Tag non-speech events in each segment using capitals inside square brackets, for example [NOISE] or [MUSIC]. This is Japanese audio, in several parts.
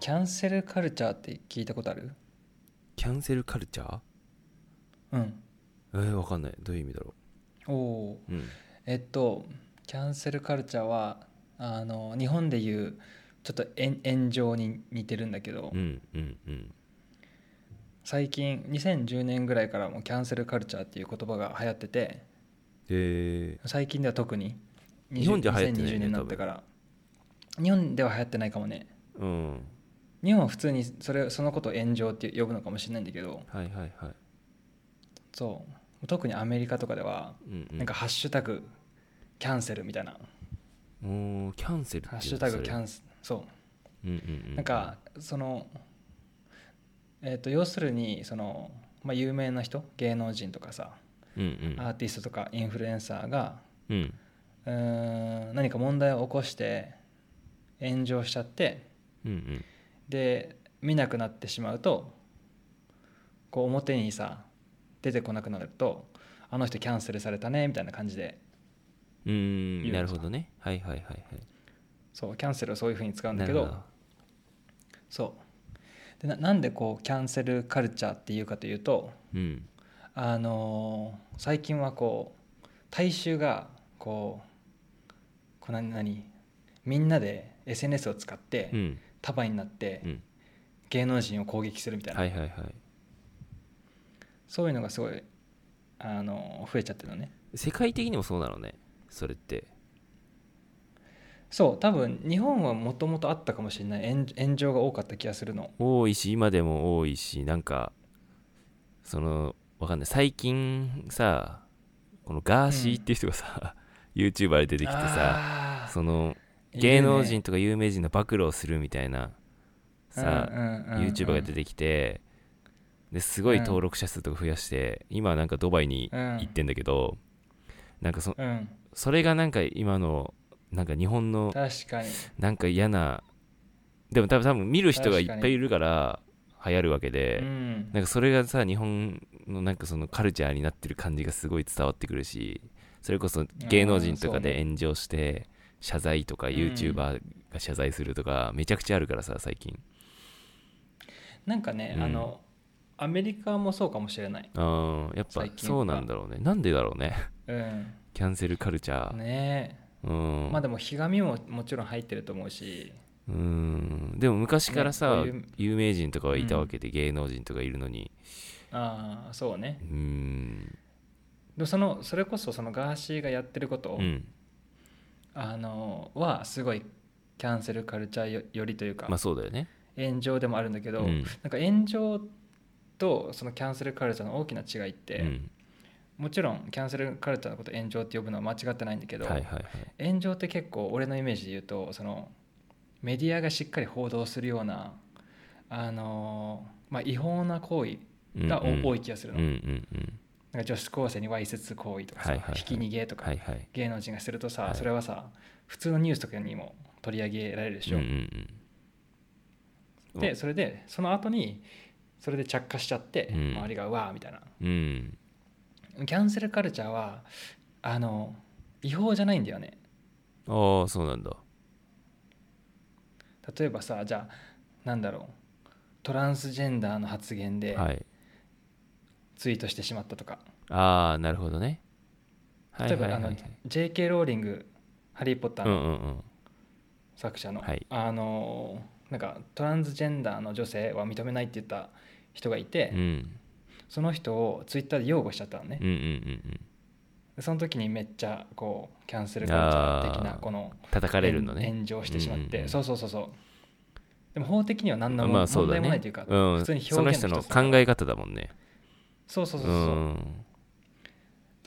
ャンセルカルチャーって聞いたことあるキャンセルカルチャーうんえー、わかんないどういう意味だろおおううんえっとキャンセルカルチャーはあの日本でいうちょっと炎炎上に似てるんだけど、うんうんうん最近2010年ぐらいからもうキャンセルカルチャーっていう言葉が流行っててえ最近では特に20日本じゃ流行ってないね2020年になってから日本では流行ってないかもねー、うん日本は普通にそれそのことを炎上って呼ぶのかもしれないんだけどはいはいはいそう特にアメリカとかではうんうんなんか「ハッシュタグキャンセル」みたいなもうキャンセル「ってハッシュタグキャンセンセル」そうル、うんうんうん、なんかそのえっ、と要するにその、まあ、有名な人芸能人とかさうんうんアーティストとかインフルエンサーがうんうーん何か問題を起こして炎上しちゃってうんうんで見なくなってしまうとこう表にさ出てこなくなるとあの人キャンセルされたねみたいな感じでうー言うんんですかなるほどねはいはいはいはいそうキャンセルをそういうふうに使うんだけなるどほそうでななんでこうキャンセルカルチャーっていうかというとうんあのー最近はこう大衆がこうこう何何みんなで SNS を使ってうん束になってうん芸能人を攻撃するみたいな、はいはいはいそういうのがすごいあのー増えちゃってるのね世界的にもそうなのねそれってそう多分日本はもともとあったかもしれない炎炎上が多かった気がするの多いし今でも多いしなんかそのわかんない最近さこのガーシーっていう人がさ、YouTuber [LAUGHS] で出てきてさあーそのいるね芸能人とか有名人の暴露をするみたいなさ、YouTuber が出ててきてですごい登録者数とか増やして、今なんかドバイに行ってんだけど、なんかそうんそれがなんか今のなんか日本の確かになんか嫌なでも多分多分見る人がいっ確ぱかにいいるから流行るわけで、うんなんかそれがさ日本のなんかそのカルチャーになってる感じがすごい伝わってくるしそれこそ芸能人とかあーそうでね炎上して謝罪とかうん YouTuber が謝罪するとかめちゃくちゃあるからさ最近なんかね、うんあのアメリカもそうかもしれない、あーやっぱ最近はそうなんだろうねなんでだろうね [LAUGHS] うん、キャンセルカルチャー、ねうんえまあでもひがみももちろん入ってると思うしうんでも昔からねさ、こういう有名人とかはいたわけで、芸能人とかいるのにああそうねうんでもそのそれこそそのガーシーがやってること、うんあのはすごいキャンセルカルチャーよよりというか、まあそうだよね炎上でもあるんだけど、うなんんか炎上とそのキャンセルカルチャーの大きな違いって、うんもちろんキャンセルカルチャーのこと炎上って呼ぶのは間違ってないんだけど、はいはいはい炎上って結構俺のイメージで言うとそのメディアがしっかり報道するようなあのーまあ、違法な行為うんがお、うん多い気がするうんの,、うんうんなんか女子高生にわいせつ行為とかさ、はいはいはいひき逃げとか、はいはい芸能人がするとさ、はいそれはさ普通のニュースとかにも取り上げられるでしょ、うんうんうんでそれでその後にそれで着火しちゃって、うん周りがうわーみたいなうんうんキャンセルカルチャーはあの違法じゃないんだよねああそうなんだ例えばさじゃあなんだろうトランスジェンダーの発言ではいツイートしてしまったとか、ああなるほどねはい例えば、はいはいはいあの J.K. ローリング「ハリー・ポッター」うんのうんうん作者の、はいあのなんかトランスジェンダーの女性は認めないって言った人がいて、うんその人をツイッターで擁護しちゃったのねうんう、んうんでその時にめっちゃこうキャンセルカルチャー的なあーこの叩かれるのね炎炎上してしまって、うんうんそうそうそうそうでも法的には何のも、まあそう問だ題もないねというか、うん普通に表現その人の一つだから考え方だもんねそうそううそうそう、ん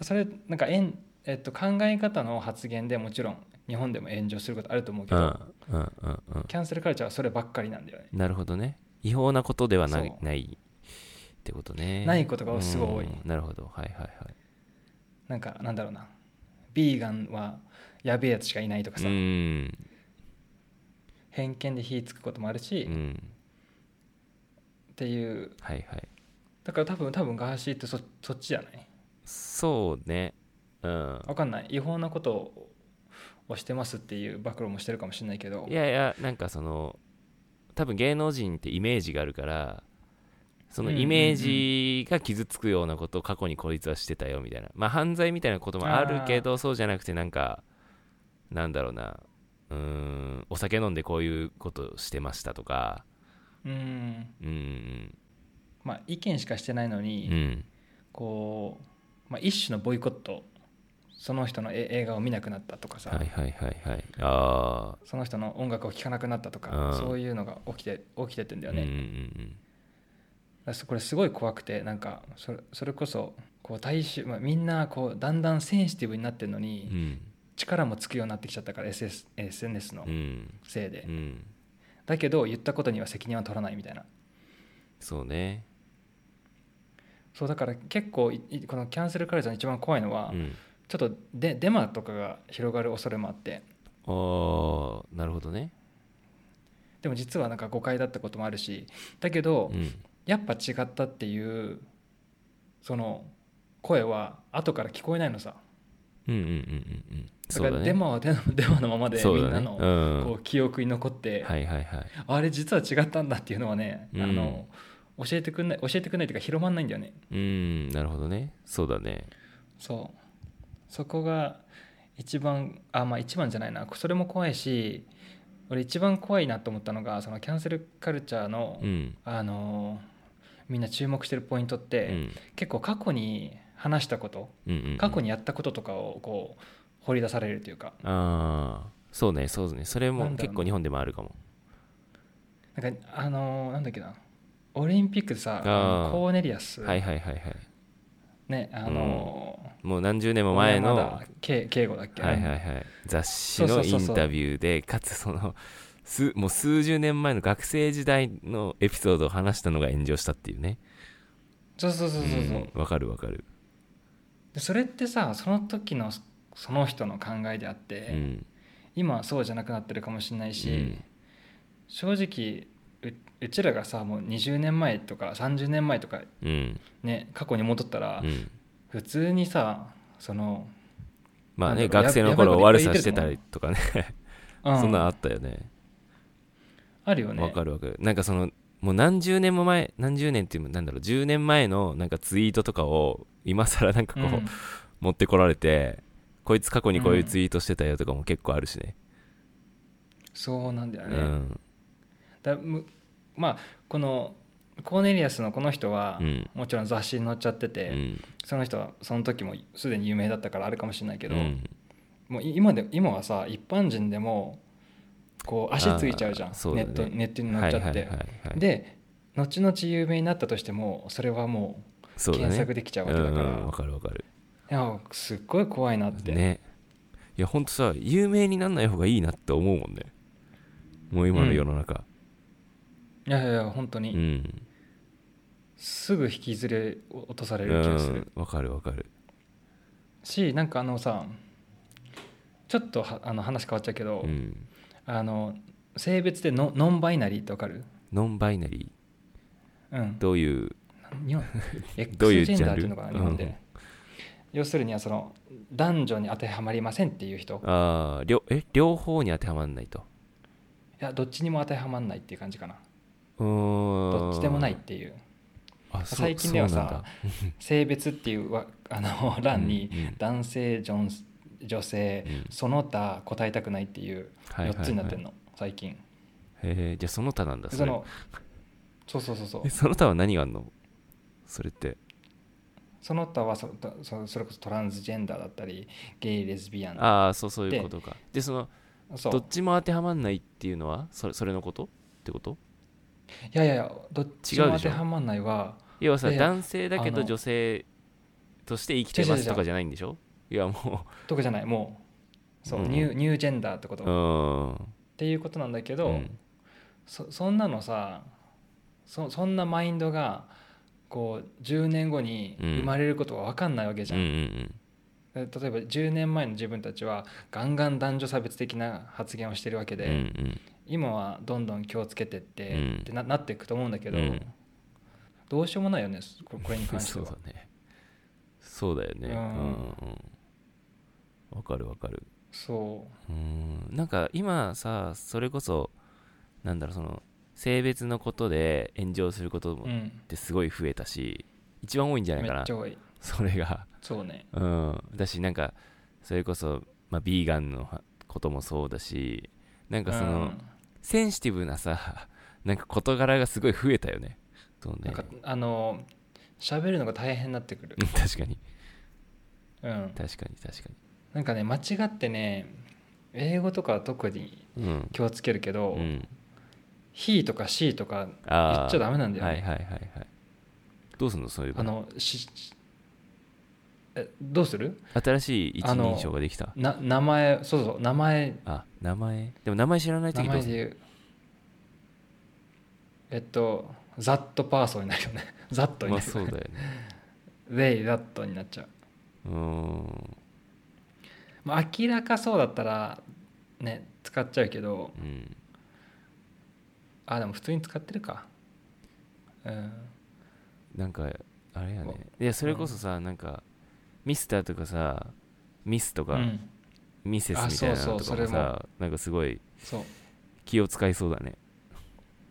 それなんかえん、えっと、考え方の発言でもちろん日本でも炎上することあると思うけうど、んうんうんうんキャンセルカルチャーはそればっかりなんだよね、なるほどね違法なことではなそうないってことねないことがすごい多いうんなるほどはいはいはいなんかなんだろうなビーガンはやべえやつしかいないとかさ、うん偏見で火つくこともあるし、うっんていうはいはいだから多分多分ガーシーってそそっちじゃないそうねうんわかんない違法なことをしてますっていう暴露もしてるかもしれないけどいやいやなんかその多分芸能人ってイメージがあるからそのうんうんうんイメージが傷つくようなことを過去にこいつはしてたよみたいなまあ犯罪みたいなこともあるけどそうじゃなくてなんかなんだろうなうーんお酒飲んでこういうことしてましたとかうんうんまあ意見しかしてないのうに、んこう、まあ、一種のボイコットその人のえ映画を見なくなったとかさ、はいはいはいはいあその人の音楽を聴かなくなったとうかんそういうのが起きて起きてってんだあ、ようんね、うんだからそこれすごい怖くてなんかそれそれこそこう大衆、まあ、みんなこうだんだんセンシティブになってるのに、うんうん力もつくようになってきちゃったから SS SNS のうんせいで、うんだけど言ったことには責任は取らないみたいなそうねそうだから結構いいこのキャンセルカルチャーの一番怖いのは、うんちょっとデデマとかが広がる恐れもあってああなるほどねでも実はなんか誤解だったこともあるしだけど、うんやっぱ違ったっていうその声は後から聞こえないのさうんうんうんうんうんだそかうだらねデマはデマデマのままでそうみだんなねのうんこう記憶に残って、はいはいはいあれ実は違ったんだっていうのはね、うんあの教えてくんない教えてくんないっていうか広まんないんだよねうーんなるほどねそうだねそうそこが一番あまあ一番じゃないなそれも怖いし俺一番怖いなと思ったのがそのキャンセルカルチャーの、うんあのみんな注目してるポイントっうて、ん結構過去に話したことうんうん過去にやったこととかをこう掘り出されるというかああそうねそうねそれなもんだろう結な構日本でもあるかもなんかあのなんだっけなオリンピックでさあーあのコーネリアス、はいはいはいはいねあの、もう何十年も前の小山は田圭圭吾だっいけ、はいはい雑誌そのうそうイそうンそうタビューでかつそのすもう数十年前の学生時代のエピソードを話したのが炎上したっていうねそうそうそうそうそう、うんわかるわかるでそれってさその時のその人の考えであっうて、ん今はそうじゃなくなってるかもしれないし、うん正直ううちらがさもう20年前とか30年前とかうんね過去に戻ったら、うん普通にさその、まあなねんだろう学生のやばい頃こと悪いっぱさい言しっててるとた思うりとかねうんそんなんあったよねあるよねわかるわかるなんかそのもう何十年も前何十年っていうのなんだろう10年前のなんかツイートとかを今更なんかこう、うん持ってこられてこいつ過去にこういうツイートしてたよとかも結構あるしねそうなんだようね、んだむまあこのコーネリアスのこの人は、うんもちろん雑誌に載っちゃってうて、んその人はその時もすでに有名だったからあるかもしれないけど、うんもうい今で今はさ一般人でもこう足ついちゃうじゃんあーそうだねネットネットに載っちゃって、はいはいはいはいで後々有名になったとしてもそれはもうそうだね検索できちゃうわけだから、うんうんわかるわかるいやすっごい怖いなって、ねいやほんとさ有名になんない方がいいなって思うもんねもう今の世の中いやいやいや本当うに、んすぐ引きずり落とさうれる気がする、んわかるわかるしなんかあのさちょっとはあの話変わっちゃうけど、うんあの性別でノノンバイナリーってわかるノンバイナリうんーどういう日 [LAUGHS] 本どういう X ジジャェンダーっンルていうのかな日本で、うん要するにはその男女に当てはまりませんっていう人いああ両え両方に当てはまんないとやどっちにも当てはまんないっていう感じかなうーんどっちでもないっていうあそう最近ではそうなんださ性別っていうわあの欄にうんうん男性ジョン女性うんその他答えたくないっていうはいはいは4いつになってんの最近へえじゃあその他なんだでそそれのそうそうそうそうえその他は何があんのそれってその他はそそそれこそトランスジェンダーだったりゲイレズビアンああそうそういうことかでそのそうどっちも当てはまんないっていうのはそれそれのことってこといやいやいやどっち違うもで当しょてはまんないは要はさいやいや男性だけあどの女性として生きてます違う違う違うとかじゃないんでしょいやもとかじゃないもうそう、うんニューニュージェンダーってこと、ううっーんていうことなんだけど、うんそそんなのさそそんなマインドがこう10年後にうん生まれることは分かんないわけじうゃ、んうんんで例えば10年前の自分たちはガンガン男女差別的な発言をしてるわけうんうで、ん今はどんどん気をつけてって、うんってななっていくと思うんだけど、うんどうしようもないよねここれにうん関してそうはだねそうだよねううんんうんわかるわかるそううーんなんか今さそれこそなんだろうその性別のことで炎上することうもっんてすごい増えたし一番多いんじゃないめかなっちゃ多いそれがそうねうんだしなんかそれこそ、まあ、ビーガンのはこともそうだしなんかその、うんセンシティブなさなんか事柄がすごい増えたよねそうなねんかあの喋るのが大変になってくるうん確かにうん確かに確かなんかね間違ってね英語とかは特ににうん、気をつけるけど「うん、 he」とか「she」とかあ言っちゃダメなんだメよね、はいはいはいはいどうすんのそういうあ場合のしえどうする新しい一あの人称ができたな名前そうそう名前あ名前でも名前知らない名時どう前すでる言うえっと「ザットパーソン」になるよね [LAUGHS] 「ザット」にまなあるそようねだよね「they」「ザット」になっちゃう、うーんまあ、明らかそうだったらね使っちゃうけどうんあでも普通に使ってるかうんなんかあれやねいやそれこそさなんかミスターとかさミスとうかんミセスみたいなのあそうとそかうもさなんかすごいそう気を使いそうだね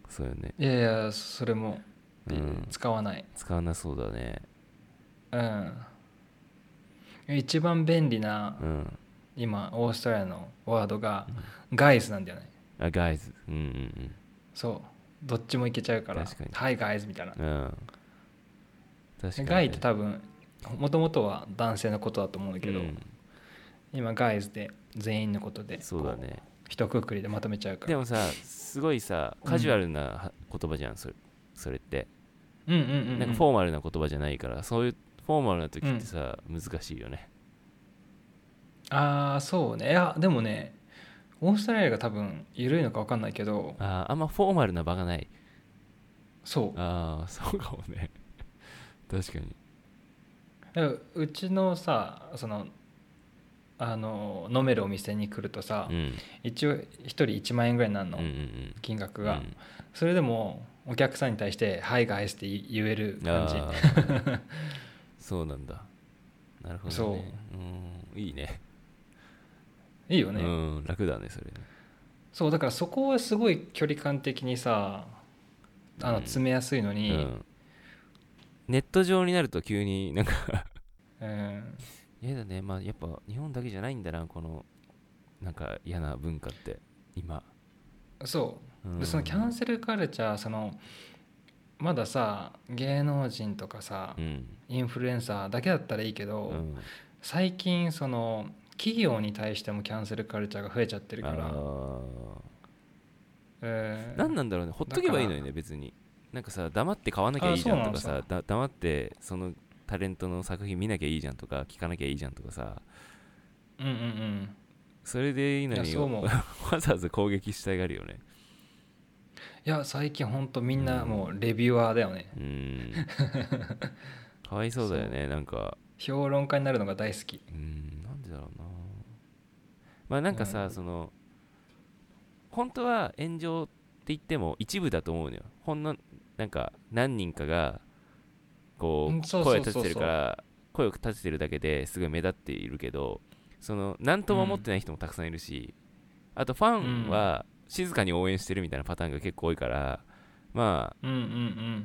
そうよねいやいやそれもうん使わない使わなそうだねうん、一番便利なうん今オーストラリアのワードがガイズなんだよねあガイズうんうんそうどっちもいけちゃうから確かにはいガイズみたいな、うんうん確かにねガイって多分もともとは男性のことだと思うんだけど、うん今ガイズで全員のことでそうだねこう一括りでまとめちゃうからでもさすごいさカジュアルなは言葉じゃんそれそれってうんうんうん,、うん、なんかフォーマルな言葉じゃないからそういうフォーマルな時ってさ難しいよねああそうねいやでもねオーストラリアが多分緩いのか分かんないけどあーあんまフォーマルな場がないそうああそうかもね [LAUGHS] 確かにだからうちのさそのあの飲めるお店に来るとさ、うん一応一人1万円ぐらいになるの、うんうん金額うんが、うんそれでもお客さんに対して「はいガイス」って言える感じあーそうなんだなるほどねそううんいいね [LAUGHS] いいよね、うん楽だねそれねそうだからそこはすごい距離感的にさあのうん詰めやすいのに、ううんんネット上になると急になんか [LAUGHS] 嫌だねまあやっぱ日本だけじゃないんだなこのなんか嫌な文化って今そうでそのキャンセセルカルチャーそのまださ芸能人とかさ、うんインフルエンサーだけだったらいいけど、うん最近その企業に対してもキャンセルカルチャーが増えちゃってるかあら、ーえー何なんだろうねほっとけばいいのよだかね別になんかさ黙って買わなきゃいいじゃんとかあそうなさだ黙ってそのタレントの作品見なきゃいいじゃんとか聞かなきゃいいじゃんとかさうんうんうんそれでいいのいにやそう思うわざわざ攻撃したがるよねいや最近ほんとみんなもうレビュアーだよね、うん [LAUGHS] かわいそうだよねなんか評論家になるのが大好きうんなんでだろうなまあなんかさ、うんその本当は炎上って言っても一部だと思うのよほんのなんか何人かがこうんうそう声をそうそ立うそうててるから声を立ててるだけですごい目立っているけどその何とも思ってない人もたくさんいるし、あとファンは静かに応援してるみたいなパターンが結構多いからまあうんうんう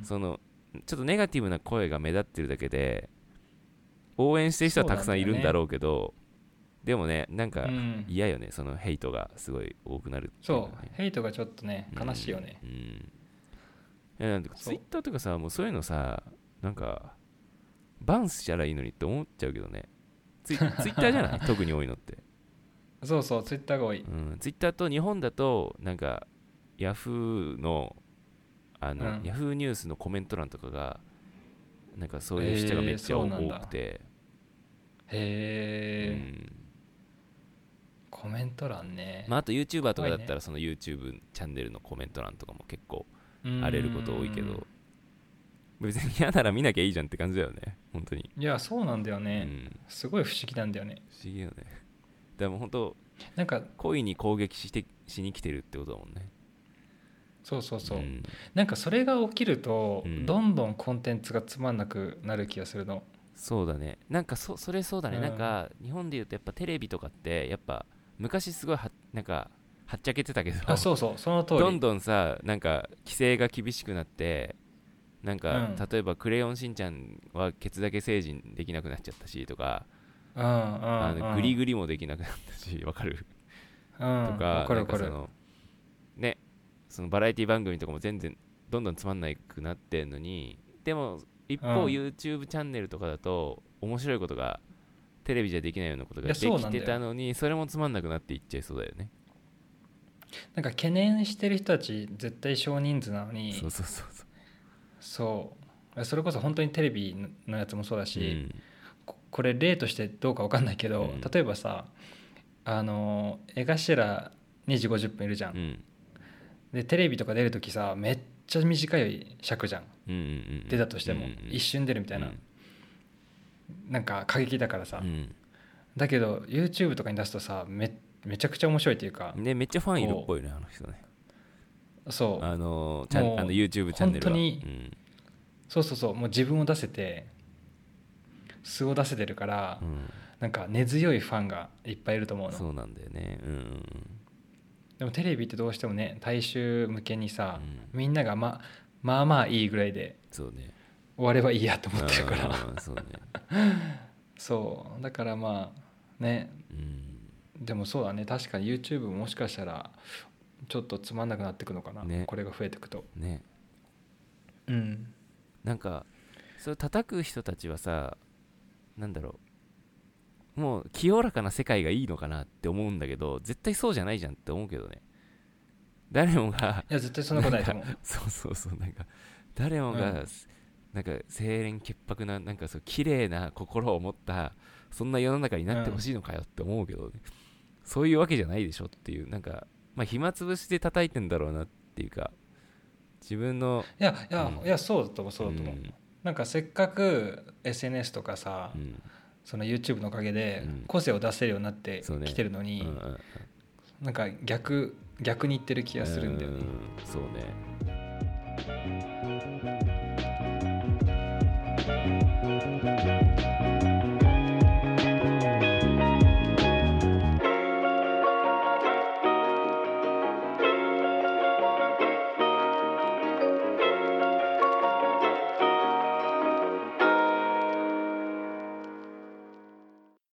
んそのちょっとネガティブな声が目立ってるだけで応援してる人はたくさんいるんだろうけどでもねなんかうん嫌よね、そのヘイトがすごい多くなるっていそかうねヘイトがちょっとね悲しいよね、うん、いやなんかそツうイッターとかさもうそういうのさなんかバンしたらいいのにって思っちゃうけどねツイツイッターじゃない [LAUGHS] 特に多いのって、そうそうツイッターが多いうん、ツイッターと日本だとなんかヤフーのあの、うんヤフーニュースのコメント欄とかがなんかそういう人がめっちゃえーそ多うなんだくて、へえ、うんコメント欄ね、まあ、あと YouTuber とかだっ怖いたらねその YouTube チャンネルのコメント欄とかも結構うん荒れること多いけど別に嫌なら見なきゃいいじゃんって感じだよね本当に、いやそうなんだようね、ん、すごい不思議なんだよね不思議よねでも本当なんか恋に攻撃してしに来てるってことだもんねそうそうそう、んなんかそれが起きると、うんどんどんコンテンツがつまんなくなる気がするのそうだねなんかそそれそうだね、うんなんか日本でいうとやっぱテレビとかってやっぱ昔すごいはなんかはっちゃけてたけどあそうそうその通りどんどんさなんか規制が厳しくなってなんか、うん例えば「クレヨンしんちゃん」はケツだけ成人できなくなっちゃったしとか、うんうんうんあのグリグリもできなくなったしわかるうんとわか,、かるなわんかかそるのねそのバラエティ番組とかも全然どんどんつまんなくなってんのにでも一方、うん YouTube チャンネルとかだと面白いことがテレビじゃできないようなこといがやでそうなんだきよてたのにそれもつまんなくなっていっちゃいそうだよねなんか懸念してる人たち絶対少人数なのにそうそうそうそうそうそれこそ本当にテレビのやつもそうだし、うんここれ例としてどうかわかんないけど、うん例えばさあの江頭2時50分いるじゃん、うんでテレビとか出る時さめっちゃ短い尺じゃんうんうんうん出たとしても、うんうんうん一瞬出るみたいな、うんなんか過激だからさ、うだけど YouTube とかに出すとさめめちゃくちゃ面白いっていうかん、でめっちゃファンいるっぽいねあの人ねそうあのちゃんもうあの YouTube チャンネル本当はにうんそうそうそうもう自分を出せて素を出せてるから、うんなんか根強いファンがいっぱいいると思うのそうなんだよねうんうんうんでもテレビってどうしてもね大衆向けにさ、うみんながままあまあいいぐらいでそうね終わればいいやと思ってるからあーそうねそうだからまあねうんでもそうだね確かに YouTube もしかしたらちょっとつまんなくなってくのかな、ねこれが増えてくとねうんなんかそれ叩く人たちはさなんだろうもう清らかな世界がいいのかなって思うんだけど絶対そうじゃないじゃんって思うけどね誰もがいや絶対そんなことない [LAUGHS] と思うそうそうそうなんか誰もが、うんなんか清廉潔白ななんかそう綺麗な心を持ったそんな世の中になってほしいのかよって思うけど、ねそういうわけじゃないでしょっていうなんかまあ暇つぶしで叩いてんだろうなっていうか自分のいやいや、うんいやそうだと思うそうだと思う、んなんかせっかく SNS とかさ、うんその YouTube のおかげでうん個性を出せるようになってそうねきてるのに、うんうんなんか逆逆にいってる気がするんだよね、うんそうね